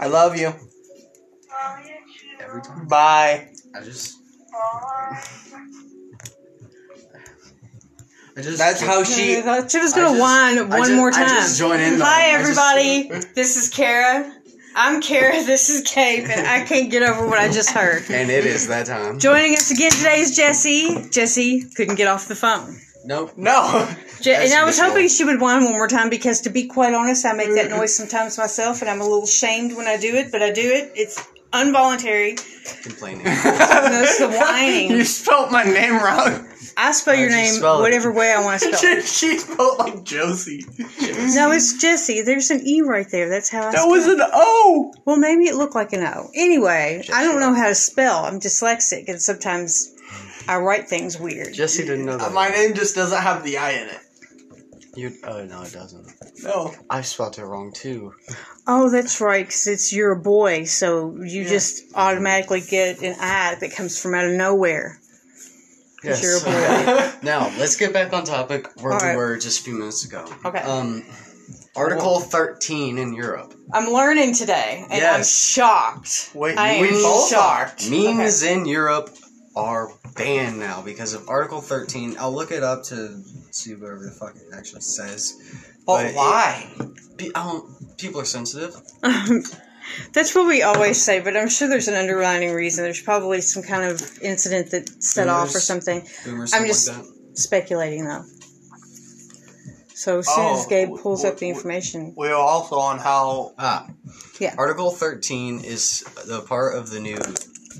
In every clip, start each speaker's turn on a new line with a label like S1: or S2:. S1: I love you.
S2: Every time.
S1: Bye.
S2: I just. I just.
S1: That's how she.
S3: She was gonna
S2: just-
S3: whine
S2: I
S3: one
S2: ju-
S3: more
S2: I
S3: time.
S2: just join in. Though.
S3: Hi
S2: I just-
S3: everybody. This is Kara. I'm Kara. This is Cape, and I can't get over what I just heard.
S2: and it is that time.
S3: Joining us again today is Jesse. Jesse couldn't get off the phone.
S2: Nope.
S1: No.
S3: Je-
S2: As
S3: and I was
S2: usual.
S3: hoping she would whine one more time because, to be quite honest, I make
S2: Mm.
S3: that noise sometimes myself, and I'm a little shamed when I do it. But I do it. It's involuntary.
S2: Complaining.
S3: That's the whining.
S1: You spelt my name wrong.
S3: I spell your
S2: you
S3: name
S2: spell it?
S3: whatever way I want to spell. it.
S1: she, she spelled like Josie.
S3: No, it's Jesse. There's an E right there. That's how I
S1: That
S3: spell
S1: was
S3: it.
S1: an O.
S3: Well, maybe it looked like an O. Anyway, I don't know how to spell. I'm dyslexic, and sometimes I write things weird.
S2: Jesse didn't know that.
S1: My name just doesn't have the I in it.
S2: You. Oh no, it doesn't.
S1: No.
S2: I spelled it wrong too.
S3: oh, that's right, because it's you're a boy, so you just automatically get an I that comes from out of nowhere.
S2: Yes.
S3: You're a boy.
S2: Now let's get back on topic where
S3: All right.
S2: we were just a few minutes ago.
S3: Okay.
S2: Um, Article thirteen in Europe
S3: I'm learning today, and I'm
S2: Yes.
S3: shocked.
S1: Wait,
S3: I
S1: we
S3: am
S1: both
S3: shocked.
S2: memes in Europe are banned now because of Article thirteen. I'll look it up to see whatever the fuck it actually says.
S1: But
S2: it-
S1: why?
S2: Pe- I don't- people are sensitive.
S3: That's what we always say, but I'm sure there's an underlining reason. There's probably some kind of incident that set off or
S2: Boomers.
S3: something.
S2: Boomers. something
S3: I'm just-
S2: Like that.
S3: Speculating, though. So as soon as
S1: Oh,
S3: Gabe
S1: w-
S3: pulls
S1: w-
S3: up the
S1: w-
S3: information,
S1: We're also on how
S2: Ah.
S3: Yeah.
S2: Article 13 is the part of the new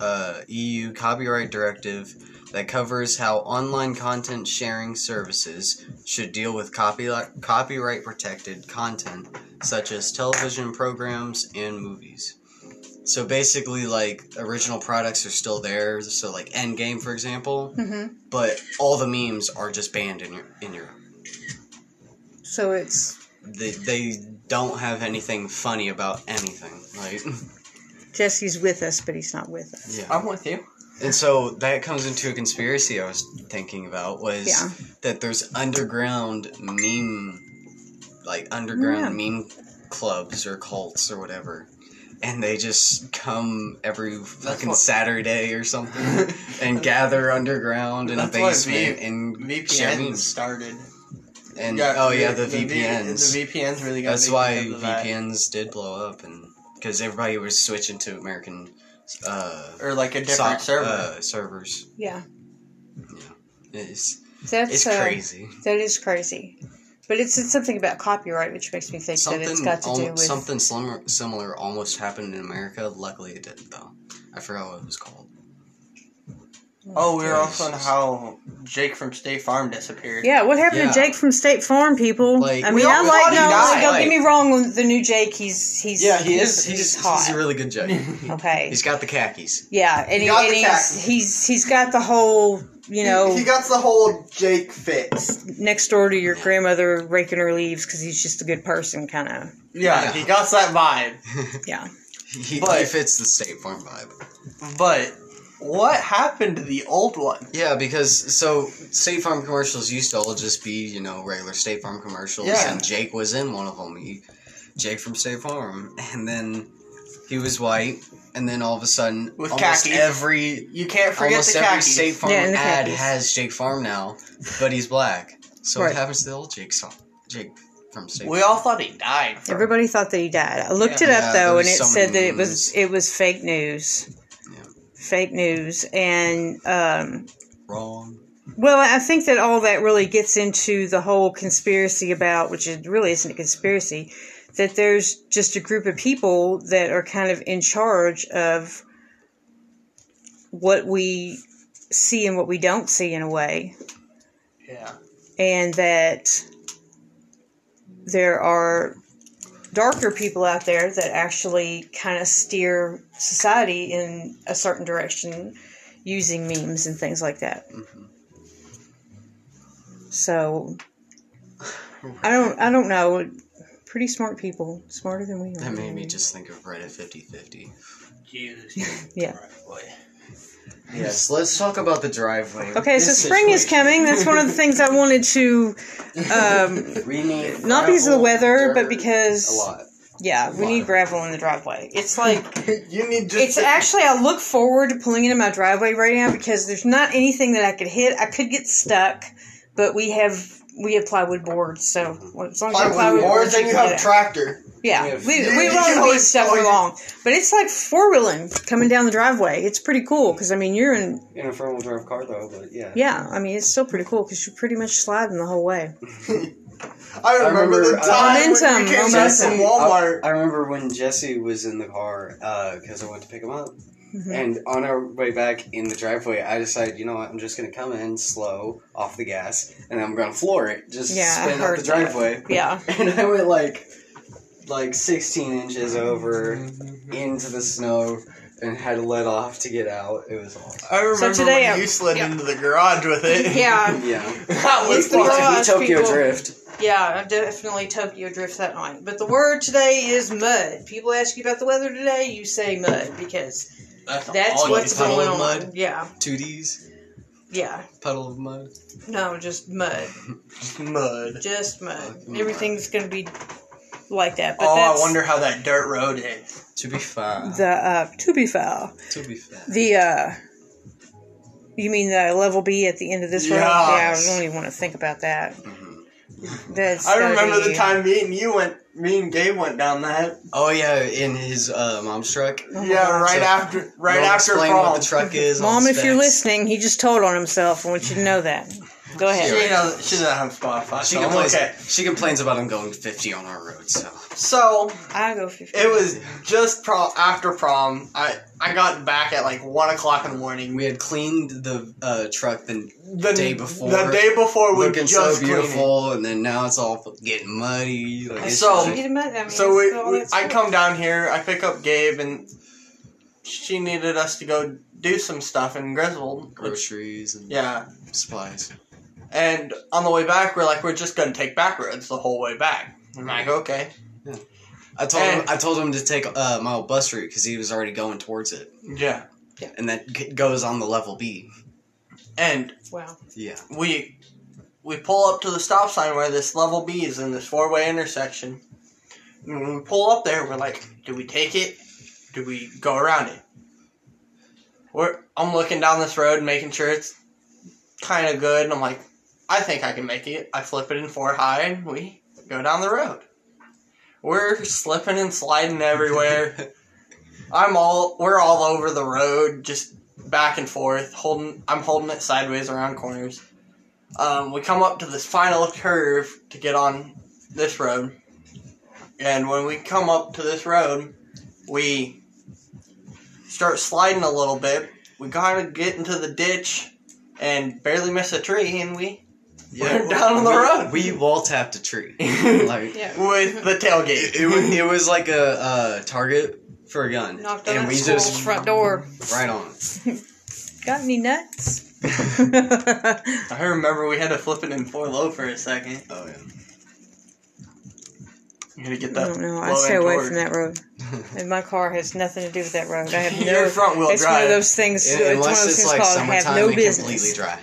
S2: uh, EU copyright directive that covers how online content sharing services should deal with copyright copyright protected content such as television programs and movies. So basically like original products are still there, so like Endgame for example,
S3: Mhm.
S2: but all the memes are just banned in Eu- in Europe.
S3: so it's
S2: They they don't have anything funny about anything. Like
S3: Jesse's with us, but he's not with us.
S2: yeah.
S1: I'm with you.
S2: And so that comes into a conspiracy I was thinking about was
S3: Yeah.
S2: that there's underground meme, like underground meme clubs or cults or whatever. And they just come every fucking
S1: what-
S2: Saturday or something and gather underground in a
S1: That's why
S2: basement
S1: V-
S2: and share
S1: VPN
S2: memes.
S1: started.
S2: And
S1: Yeah,
S2: oh yeah, the,
S1: V-
S2: VPNs.
S1: The VPNs really got.
S2: That's
S1: big
S2: why
S1: because of that.
S2: VPNs did blow up, and because everybody was switching to American uh,
S1: or like a
S2: soc-
S1: different server.
S2: uh, servers.
S3: Yeah,
S2: It's
S3: that's
S2: It's
S3: uh,
S2: crazy.
S3: That is crazy, but it's, it's something about copyright, which makes me think
S2: Something
S3: that it's got to do
S2: almo-
S3: with
S2: something similar, similar almost happened in America. Luckily, it didn't though. I forgot what it was called.
S1: oh, we were
S2: Yeah,
S1: also on
S2: it's-
S1: how Jake from State Farm disappeared.
S3: Yeah, what happened
S2: Yeah.
S3: to Jake from State Farm, people?
S2: Like,
S3: I
S2: we
S3: mean, I
S1: all
S3: like
S1: thought he
S3: no,
S1: died.
S3: don't
S2: Like-
S3: get me wrong. with The new Jake, he's he's
S1: Yeah, he
S2: He's,
S1: is-
S2: he's, he's,
S3: hot.
S2: a really good judge.
S3: okay,
S2: he's got the khakis.
S3: yeah, and,
S1: He
S3: he,
S1: got
S3: and
S1: the
S3: he's
S1: tact.
S3: he's he's got the whole you know
S1: got the whole Jake fix.
S3: next door to your grandmother raking her leaves because he's just a good person, kind of.
S1: Yeah,
S2: Yeah.
S1: he got that vibe.
S3: Yeah,
S2: He, he
S1: But-
S2: fits the State Farm vibe.
S1: But what happened to the old one?
S2: Yeah, because so State Farm commercials used to all just be you know regular State Farm commercials,
S1: Yeah.
S2: and Jake was in one of them. He, Jake from State Farm, and then he was white, and then all of a sudden,
S1: With
S2: almost
S1: khakis.
S2: every
S1: You can't forget
S2: Almost
S1: the
S2: every
S1: khakis.
S2: State Farm
S3: Yeah, and the
S2: ad
S3: khakis.
S2: has Jake Farm now, but he's black. So
S3: Right.
S2: what happens to the old Jake song? Jake from State
S1: We
S2: Farm.
S1: all thought he died. from-
S3: everybody thought that he died. I looked
S1: Yeah.
S3: it up
S2: Yeah,
S3: though, and
S2: there's
S3: it
S2: so
S3: said that
S2: many
S3: it was
S2: memes.
S3: it was fake news,
S2: Yeah.
S3: fake news, and um,
S2: Wrong.
S3: Well, I think that all that really gets into the whole conspiracy about, which it really isn't a conspiracy, that there's just a group of people that are kind of in charge of what we see and what we don't see in a way,
S1: Yeah.
S3: and that there are darker people out there that actually kind of steer society in a certain direction using memes and things like that.
S2: Mm-hmm.
S3: So I don't I don't know. Pretty smart people, smarter than we are.
S2: That made me just think of Reddit 50-50.
S1: Jesus.
S3: Yeah.
S1: Boy.
S2: Yes, let's talk about the driveway.
S3: Okay, so spring is coming. That's one of the things I wanted to, um,
S2: coming. We need
S3: not because of the
S2: gravel,
S3: weather,
S2: dirt,
S3: but
S2: a
S3: because
S2: lot.
S3: Yeah, we need gravel in the driveway. It's like
S1: you need just.
S3: it's actually I look forward to pulling into my driveway right now because there's not anything that I could hit. I could get stuck, but we have we have plywood boards, so as long as you have plywood
S1: more
S3: boards,
S1: than
S3: you
S1: you
S3: can
S1: have
S3: get it.
S1: tractor.
S3: Yeah,
S2: We
S3: we,
S2: have-
S3: we
S1: Yeah, you can
S3: won't be
S1: always
S3: stuck
S1: call
S3: for
S1: it-
S3: long, but it's like four wheeling coming down the driveway. It's pretty cool because I mean you're in
S4: In a front wheel drive car though, but yeah.
S3: yeah. I mean it's still pretty cool because you're pretty much sliding the whole way.
S1: I remember,
S4: remember,
S1: the
S4: uh,
S1: time when
S3: Momentum,
S1: we came back
S3: momentum.
S1: from Walmart.
S4: I, I remember when Jesse was in the car because I went to pick him up,
S3: Mm-hmm.
S4: and on our way back in the driveway, I decided, you know what, I'm just gonna come in slow off the gas, and I'm gonna floor it, just
S3: Yeah, I
S4: spin up
S3: heard
S4: the driveway,
S3: Yeah,
S4: and I went like like 16 inches over
S2: Mm-hmm.
S4: into the snow and had to let off to get out. It was awesome.
S1: I remember
S3: today
S1: when
S3: I-
S1: you slid
S3: yeah.
S1: into the garage with it.
S3: yeah,
S4: Yeah,
S1: that was
S3: It's the
S1: fun.
S3: garage,
S4: Tokyo
S3: people.
S4: Drift.
S3: yeah. I definitely Tokyo drift that night. But the word today is mud. People ask you about the weather today, you say mud because that's
S2: all you
S3: what's
S2: puddle
S3: going
S2: of
S3: on.
S2: Mud,
S3: Yeah,
S2: two D's,
S3: yeah.
S2: puddle of mud.
S3: No, just mud.
S1: mud.
S3: Just mud. Everything's gonna be like that. But
S1: Oh,
S3: that's
S1: I wonder how that dirt road is.
S2: To be fine.
S3: the uh, to be foul.
S2: to be fine.
S3: The uh you mean the level B at the end of this road? Yeah, I
S1: Yes. Mm-hmm.
S3: don't even want to think about that. That's
S1: I
S3: gotta
S1: remember the
S3: be-
S1: time me and you went, me and Gabe went down that.
S2: Oh yeah, in his uh, mom's truck.
S1: yeah, right
S2: So,
S1: after, right
S2: Don't
S1: after
S2: explain
S1: prom.
S2: what the truck is. all
S3: Mom, if you're
S2: specs.
S3: listening, he just told on himself. I want you to know that. Go
S1: she,
S3: ahead.
S1: doesn't, she doesn't have Spotify.
S2: She
S1: so I'm
S2: complains,
S1: okay.
S2: she complains about him going 50 on our road, so.
S1: So
S3: I go 50.
S1: it was just prom after prom. I I got back at like one o'clock in the morning.
S2: We had cleaned the uh, truck the
S1: the
S2: day before.
S1: The day before we
S2: looking
S1: just
S2: so
S1: cleaned it.
S2: beautiful, and then now it's all getting muddy. Like, it's
S1: So-
S2: just-
S3: Need a minute, I mean,
S1: So
S3: it's
S1: we,
S3: all
S1: we-
S3: that
S1: I
S3: stuff.
S1: come down here, I pick up Gabe, and she needed us to go do some stuff in Griswold. which-
S2: groceries and
S1: Yeah,
S2: supplies.
S1: and on the way back, we're like, we're just gonna take back roads the whole way back. I'm like, okay,
S2: I told him
S1: And-
S2: I told him to take uh, my old bus route because he was already going towards it,
S1: yeah.
S2: and that g- goes on the level B.
S1: And
S3: Wow.
S2: Yeah,
S1: we we pull up to the stop sign where this level B is in this four way intersection. And when we pull up there, we're like, do we take it? Do we go around it? We're, I'm looking down this road, making sure it's kind of good, and I'm like, I think I can make it. I flip it in four high, and we go down the road. We're slipping and sliding everywhere. I'm all we're all over the road, just back and forth, holding I'm holding it sideways around corners. Um, we come up to this final curve to get on this road. And when we come up to this road, we start sliding a little bit. We kind of get into the ditch and barely miss a tree, and we
S2: yeah.
S1: We're down on the
S2: we-
S1: road.
S2: We wall tapped a tree. like
S3: Yeah.
S1: with the
S2: it,
S1: tailgate.
S2: it, was, it was like a uh, target for a gun,
S3: Knocked on
S2: and
S3: that
S2: we
S3: school's
S2: just
S3: front door.
S2: right on.
S3: Got any nuts?
S1: I remember we had to flip it in four low for a second.
S2: Oh yeah.
S1: You had to get
S3: I
S1: that.
S3: don't know. I
S1: low
S3: stay
S1: end
S3: away
S1: torque.
S3: from that road. And my car has nothing to do with that road. I have
S1: Your
S3: no.
S1: front wheel
S3: it's one
S1: drive.
S3: of those things.
S2: Un-
S3: it's one of
S2: unless
S3: those
S2: it's
S3: things
S2: like
S3: called have
S2: summertime
S3: no
S2: and
S3: business.
S2: completely dry,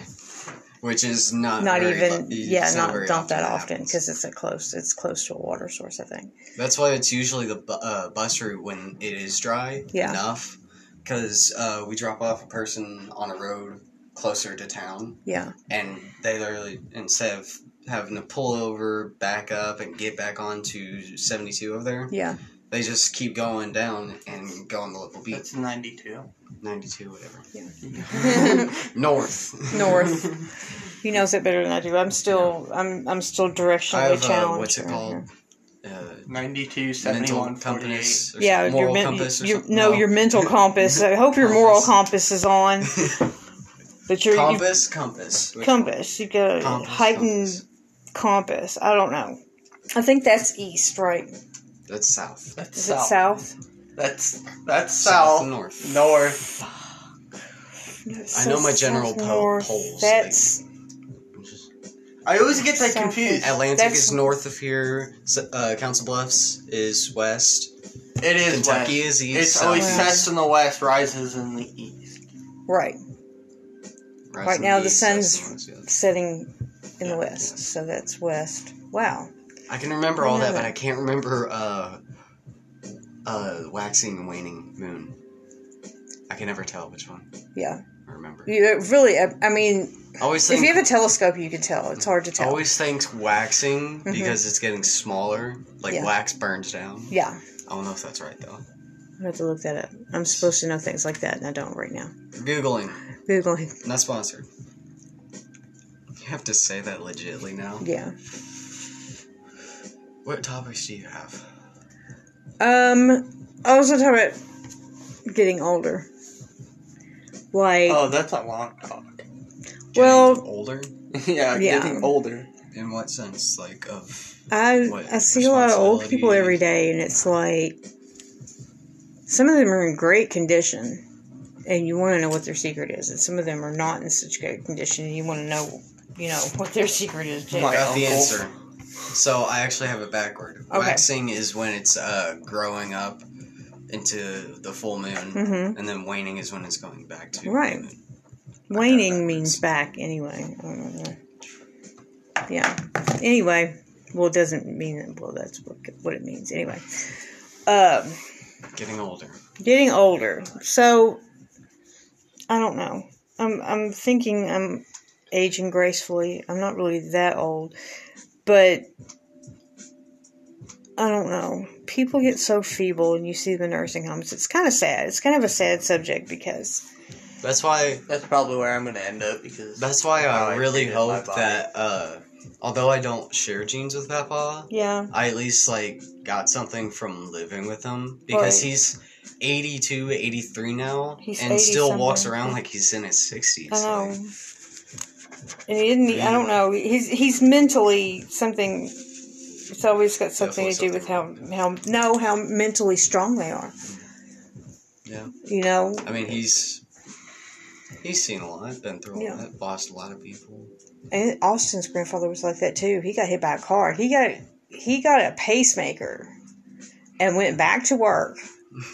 S2: which is not
S3: Not
S2: very
S3: even.
S2: bu- it's
S3: Yeah, not
S2: very
S3: not, that often
S2: happens.
S3: because it's a close. It's close to a water source. I think.
S2: That's why it's usually the bu- uh, bus route when it is dry
S3: Yeah.
S2: enough, because uh, we drop off a person on a road closer to town,
S3: Yeah.
S2: and they literally instead of having to pull over, back up, and get back onto seventy two over there,
S3: Yeah.
S2: they just keep going down and go on the local beach
S1: That's 92.
S2: ninety two, whatever,
S3: North.
S2: north.
S3: He knows it better than I do. I'm still. I'm. I'm still directionally
S2: I have uh,
S3: challenged.
S2: what's it
S3: right
S2: called?
S3: now.
S2: Uh,
S1: 92,
S2: mental
S1: 71, 48.
S2: compass. Or
S3: Yeah,
S2: some-
S3: your,
S2: moral
S3: men-
S2: compass. Or
S3: your,
S2: something.
S3: no, your mental compass. I hope your moral compass is on. But your you-
S2: compass, compass. Which-
S3: compass. You go
S2: Compass,
S3: heightened compass. I don't know. I think that's east, right?
S2: That's south.
S1: That's
S3: Is
S1: south.
S3: it south?
S1: That's that's
S2: South
S1: south.
S2: and north.
S1: North.
S2: I know my general po-
S3: north.
S2: poles,
S3: That's
S1: I always get that
S3: South.
S1: confused.
S2: Atlantic
S3: That's-
S2: is north of here. S- Uh, Council Bluffs is west.
S1: It is
S2: Kentucky
S1: west.
S2: is east.
S1: It's always
S2: south
S3: south.
S1: sets in the west, rises in the east.
S3: right.
S2: is
S3: right
S2: in
S3: now the
S2: east,
S3: sun's-
S2: south and west,
S3: Setting in
S2: Yeah.
S3: the west, so that's west. Wow.
S2: yeah. I can remember all
S3: I know
S2: that, but
S3: that.
S2: I can't remember uh, uh, waxing and waning moon. I can never tell which one.
S3: Yeah.
S2: I remember.
S3: You really, I, I mean,
S2: I always
S3: if
S2: think
S3: you have a telescope, you can tell. It's hard to
S2: I
S3: tell.
S2: always think waxing because it's getting smaller. Like
S3: Mm-hmm. Yeah.
S2: wax burns down.
S3: yeah.
S2: I don't know if that's right though.
S3: I have to look that up. I'm supposed to know things like that, and I don't right now.
S2: Googling.
S3: Googling.
S2: Not sponsored. You have to say that legitly now.
S3: Yeah.
S2: What topics do you have?
S3: Um, I was gonna talk about getting older. Like,
S1: Oh, that's a long talk.
S2: Getting
S3: Well-
S2: older?
S1: yeah,
S3: Yeah.
S1: getting older.
S2: In what sense? Like of
S3: I
S2: what,
S3: I see a lot of old people
S2: responsibility?
S3: every day, and it's like some of them are in great condition, and you want to know what their secret is, and some of them are not in such great condition, and you want to know, you know, what their secret is. Too.
S1: My
S2: I got the
S1: uncle.
S2: answer. So I actually have it backward. Waxing is when it's uh, growing up into the full moon,
S3: Mhm.
S2: and then waning is when it's going back to
S3: Right.
S2: The moon.
S3: Waning means back anyway. I don't know. Yeah. Anyway, well, it doesn't mean that. Well, that's what, what it means anyway. Um,
S2: Getting older.
S3: getting older. So I don't know. I'm I'm thinking I'm aging gracefully. I'm not really that old, but I don't know. People get so feeble, and you see them in nursing homes. It's kind of sad. It's kind of a sad subject because
S2: That's why.
S1: That's probably where I'm gonna end up because
S2: That's why
S1: how
S2: I, really
S1: treated my
S2: hope
S1: body.
S2: that, uh, although I don't share genes with Papa,
S3: yeah,
S2: I at least like got something from living with him because
S3: Right.
S2: he's 82, 83 now,
S3: He's
S2: and still
S3: 80
S2: walks
S3: something.
S2: around like he's in his sixties.
S3: I know. And he didn't. e, I don't know. He's he's mentally something. It's always got something to do with how how no how mentally strong they are.
S2: Yeah.
S3: You know,
S2: I mean, he's he's seen a lot, been through a
S3: Yeah.
S2: lot, lost a lot of people.
S3: And Austin's grandfather was like that too. He got hit by a car. He got he got a pacemaker and went back to work.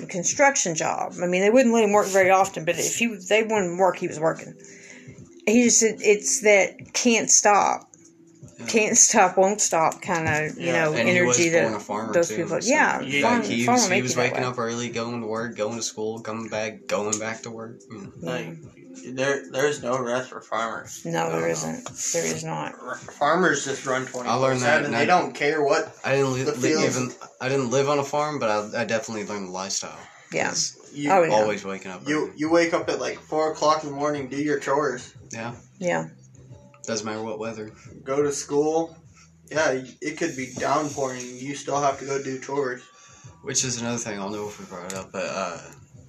S3: A construction job. I mean, they wouldn't let him work very often, but if he they wanted him to work, he was working. He just said it's that can't stop, can't stop, won't stop kind of you
S1: Yeah,
S3: know
S2: And he was
S3: energy
S2: born a
S3: that
S2: farmer
S3: those
S2: too,
S3: people.
S2: so,
S3: yeah,
S1: Yeah,
S3: farm-
S2: like he
S3: farmer
S2: was, he
S3: make
S2: was
S3: you that
S2: waking
S3: way.
S2: up early, going to work, going to school, coming back, going back to work. You know.
S1: like there there's no rest for farmers.
S3: No, there
S2: Uh-huh.
S3: isn't. There is not.
S1: R- Farmers just run twenty
S2: I
S1: four
S2: learned that
S1: seven.
S2: in
S1: They don't care what
S2: I didn't li-
S1: The
S2: li-
S1: fields.
S2: even I didn't live on a farm, but I, I definitely learned the lifestyle.
S3: Yeah,
S2: It's
S1: you
S3: Oh, yeah.
S2: Always waking up.
S1: you
S2: early.
S1: you wake up at like four o'clock in the morning, do your chores,
S2: yeah.
S3: yeah.
S2: Doesn't matter what weather.
S1: go to school. Yeah, it could be downpouring. You still have to go do chores.
S2: Which is another thing. I don't know if we brought it up, but uh,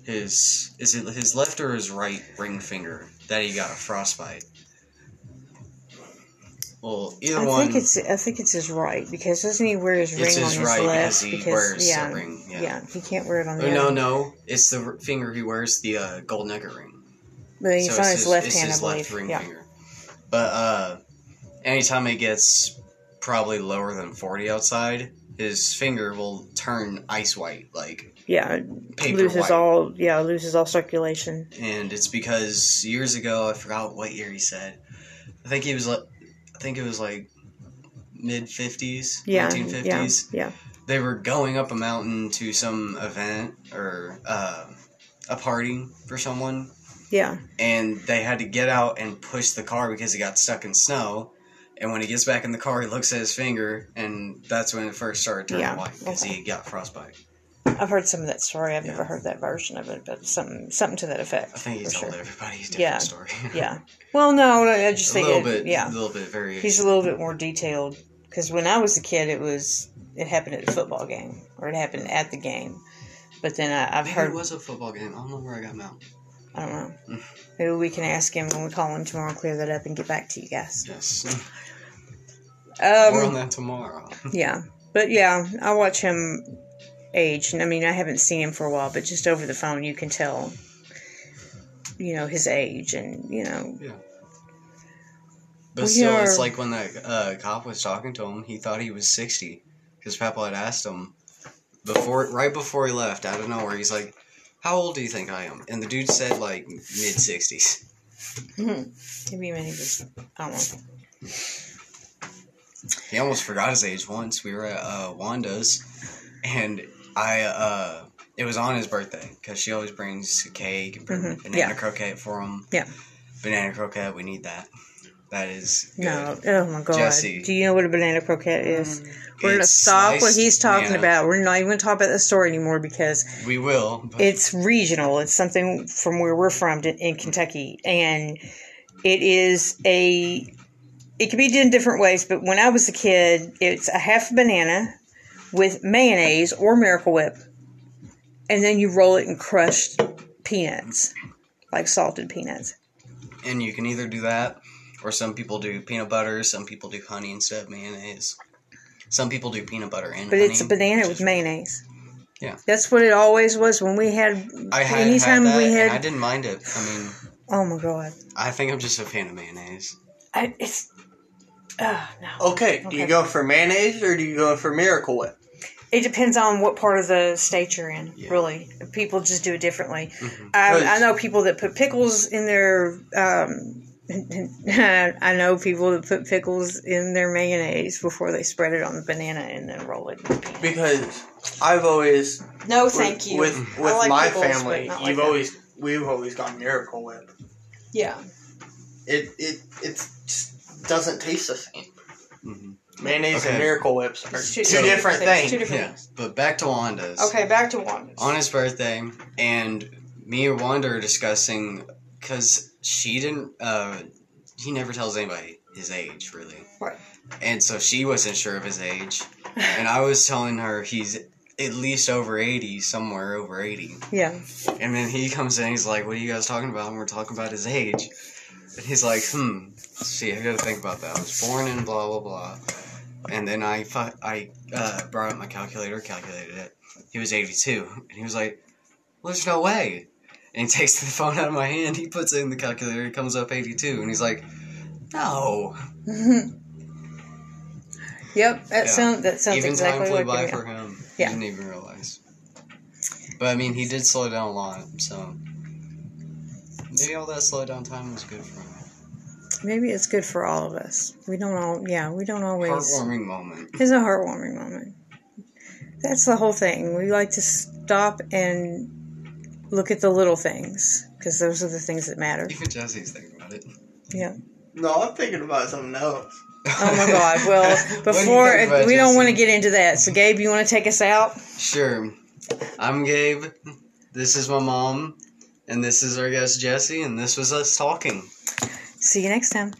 S2: his is it his left or his right ring finger that he got a frostbite. Well, either
S3: I
S2: one.
S3: think it's I think it's his right because doesn't he wear his ring
S2: It's
S3: on
S2: his
S3: his
S2: right because
S3: left?
S2: he wears
S3: yeah,
S2: the ring. Yeah.
S3: yeah. he can't wear it on the
S2: Oh, no,
S3: other.
S2: no, it's the r- finger he wears the uh, gold nugget ring.
S3: But then he's
S2: so
S3: on
S2: it's
S3: his
S2: his
S3: left
S2: it's
S3: hand,
S2: his
S3: I believe.
S2: left ring
S3: yeah,
S2: finger. But uh, anytime it gets probably lower than forty outside, his finger will turn ice white, like
S3: yeah,
S2: paper
S3: loses
S2: white.
S3: all yeah loses all circulation.
S2: and it's because years ago I forgot what year he said. I think he was like, I think it was like mid fifties,
S3: Yeah,
S2: nineteen
S3: yeah,
S2: fifties.
S3: yeah,
S2: They were going up a mountain to some event or uh, a party for someone,
S3: yeah,
S2: and they had to get out and push the car because he got stuck in snow. And when he gets back in the car, he looks at his finger, and that's when it first started turning
S3: Yeah,
S2: white because
S3: okay.
S2: he got frostbite.
S3: I've heard some of that story. I've never
S2: Yeah.
S3: heard that version of it, but something something to that effect.
S2: I think he
S3: for
S2: told
S3: sure.
S2: everybody a different
S3: Yeah.
S2: story.
S3: Yeah. Well, no, no, I just
S2: a
S3: think
S2: little
S3: it-
S2: bit,
S3: yeah,
S2: a little bit variation.
S3: he's a little bit more detailed because when I was a kid, it was it happened at a football game or it happened at the game. But then I, I've
S2: Maybe
S3: heard
S2: it was a football game. I don't know where I got Mount.
S3: I don't know.
S2: Mm.
S3: Maybe we can ask him when we call him tomorrow and clear that up and get back to you guys.
S2: Yes. More on
S3: Um,
S2: that tomorrow.
S3: yeah. But yeah, I watch him age. And I mean, I haven't seen him for a while, but just over the phone, you can tell, you know, his age and, you know,
S2: But
S3: We
S2: still,
S3: are-
S2: it's like when that uh, cop was talking to him, he thought he was 60. Because Papa had asked him, before, right before he left, out of nowhere, he's like, How old do you think I am? And the dude said, like, mid 60s. Mm-hmm.
S3: maybe many just, I don't know.
S2: He almost forgot his age once. We were at uh, Wanda's, and I uh, it was on his birthday because she always brings cake and bring
S3: Mhm,
S2: banana
S3: yeah.
S2: croquette for him.
S3: Yeah.
S2: banana croquette. We need that. That is good.
S3: No, oh my god.
S2: Jesse. Mm-hmm.
S3: Do you know what a banana croquette is? We're gonna
S2: It's
S3: stop what
S2: sliced
S3: he's talking
S2: banana.
S3: about. We're not even gonna talk about the story anymore because
S2: We will. But
S3: it's regional. It's something from where we're from in- in Kentucky, and it is a. It can be done different ways, but when I was a kid, it's a half banana with mayonnaise or Miracle Whip, and then you roll it in crushed peanuts, like salted peanuts.
S2: and you can either do that, or some people do peanut butter. Some people do honey instead of mayonnaise. Some people do peanut butter and
S3: But
S2: honey.
S3: it's a banana with mayonnaise.
S2: Mm-hmm. Yeah.
S3: That's what it always was when we had.
S2: I had,
S3: anytime
S2: had that,
S3: we
S2: and
S3: had.
S2: I didn't mind it. I mean,
S3: oh my god!
S2: I think I'm just a fan of mayonnaise.
S3: I, it's. Oh, no.
S1: Okay, do you
S3: Okay.
S1: go for mayonnaise or do you go for Miracle Whip?
S3: It depends on what part of the state you're in,
S2: Yeah. Mm-hmm.
S3: really. People just do it differently. I, I
S1: Right.
S3: know people that put pickles in their. Um, I know people that put pickles in their mayonnaise before they spread it on the banana and then roll it. in the peanut.
S1: Because I've always
S3: No,
S1: with-
S3: thank you.
S1: with
S3: I
S1: with
S3: like
S1: my
S3: pickles, but
S1: family.
S3: not like
S1: you've
S3: that.
S1: always we've always gone Miracle Whip.
S3: yeah,
S1: It it it just doesn't taste the same.
S2: Mhm.
S1: Mayonnaise and
S2: Okay.
S1: Miracle Whips are two,
S2: two
S1: different things.
S3: Two different
S2: Yeah,
S3: things.
S2: but back to Wanda's.
S3: Okay, back to Wanda's.
S2: on his birthday, and me and Wanda are discussing because she didn't. Uh, he never tells anybody his age, really.
S3: Right.
S2: And so she wasn't sure of his age, and I was telling her he's at least over eighty, somewhere over eighty.
S3: yeah,
S2: And then he comes in, he's like, "What are you guys talking about?" And we're talking about his age, and he's like, "Hmm, let's see, I gotta think about that. I was born in blah blah blah." And then I fu- I uh, brought up my calculator, calculated it. He was eighty two, and he was like, well, "There's no way." And he takes the phone out of my hand, he puts it in the calculator, it comes up eighty two, and he's like, "No."
S3: yep. That
S2: Yeah.
S3: sound that sounds
S2: even
S3: exactly
S2: time flew
S3: like
S2: by
S3: it, yeah.
S2: for him.
S3: Yeah.
S2: He didn't even realize. But I mean, he did slow down a lot, so maybe all that slow down time was good for him.
S3: Maybe it's good for all of us. We don't all. Yeah, we don't always.
S2: Heartwarming moment.
S3: It's a heartwarming moment. That's the whole thing. We like to stop and look at the little things because those are the things that matter.
S2: Even Jesse's thinking about it.
S3: Yeah.
S1: No, I'm thinking about something else.
S3: Oh my God. Well,
S2: What do you
S3: before uh,
S2: think about
S3: we don't
S2: Jesse?
S3: want to get into that. So, Gabe, you want to take us out?
S2: Sure. I'm Gabe. This is my mom. And this is our guest Jesse. And this was us talking.
S3: See you next time.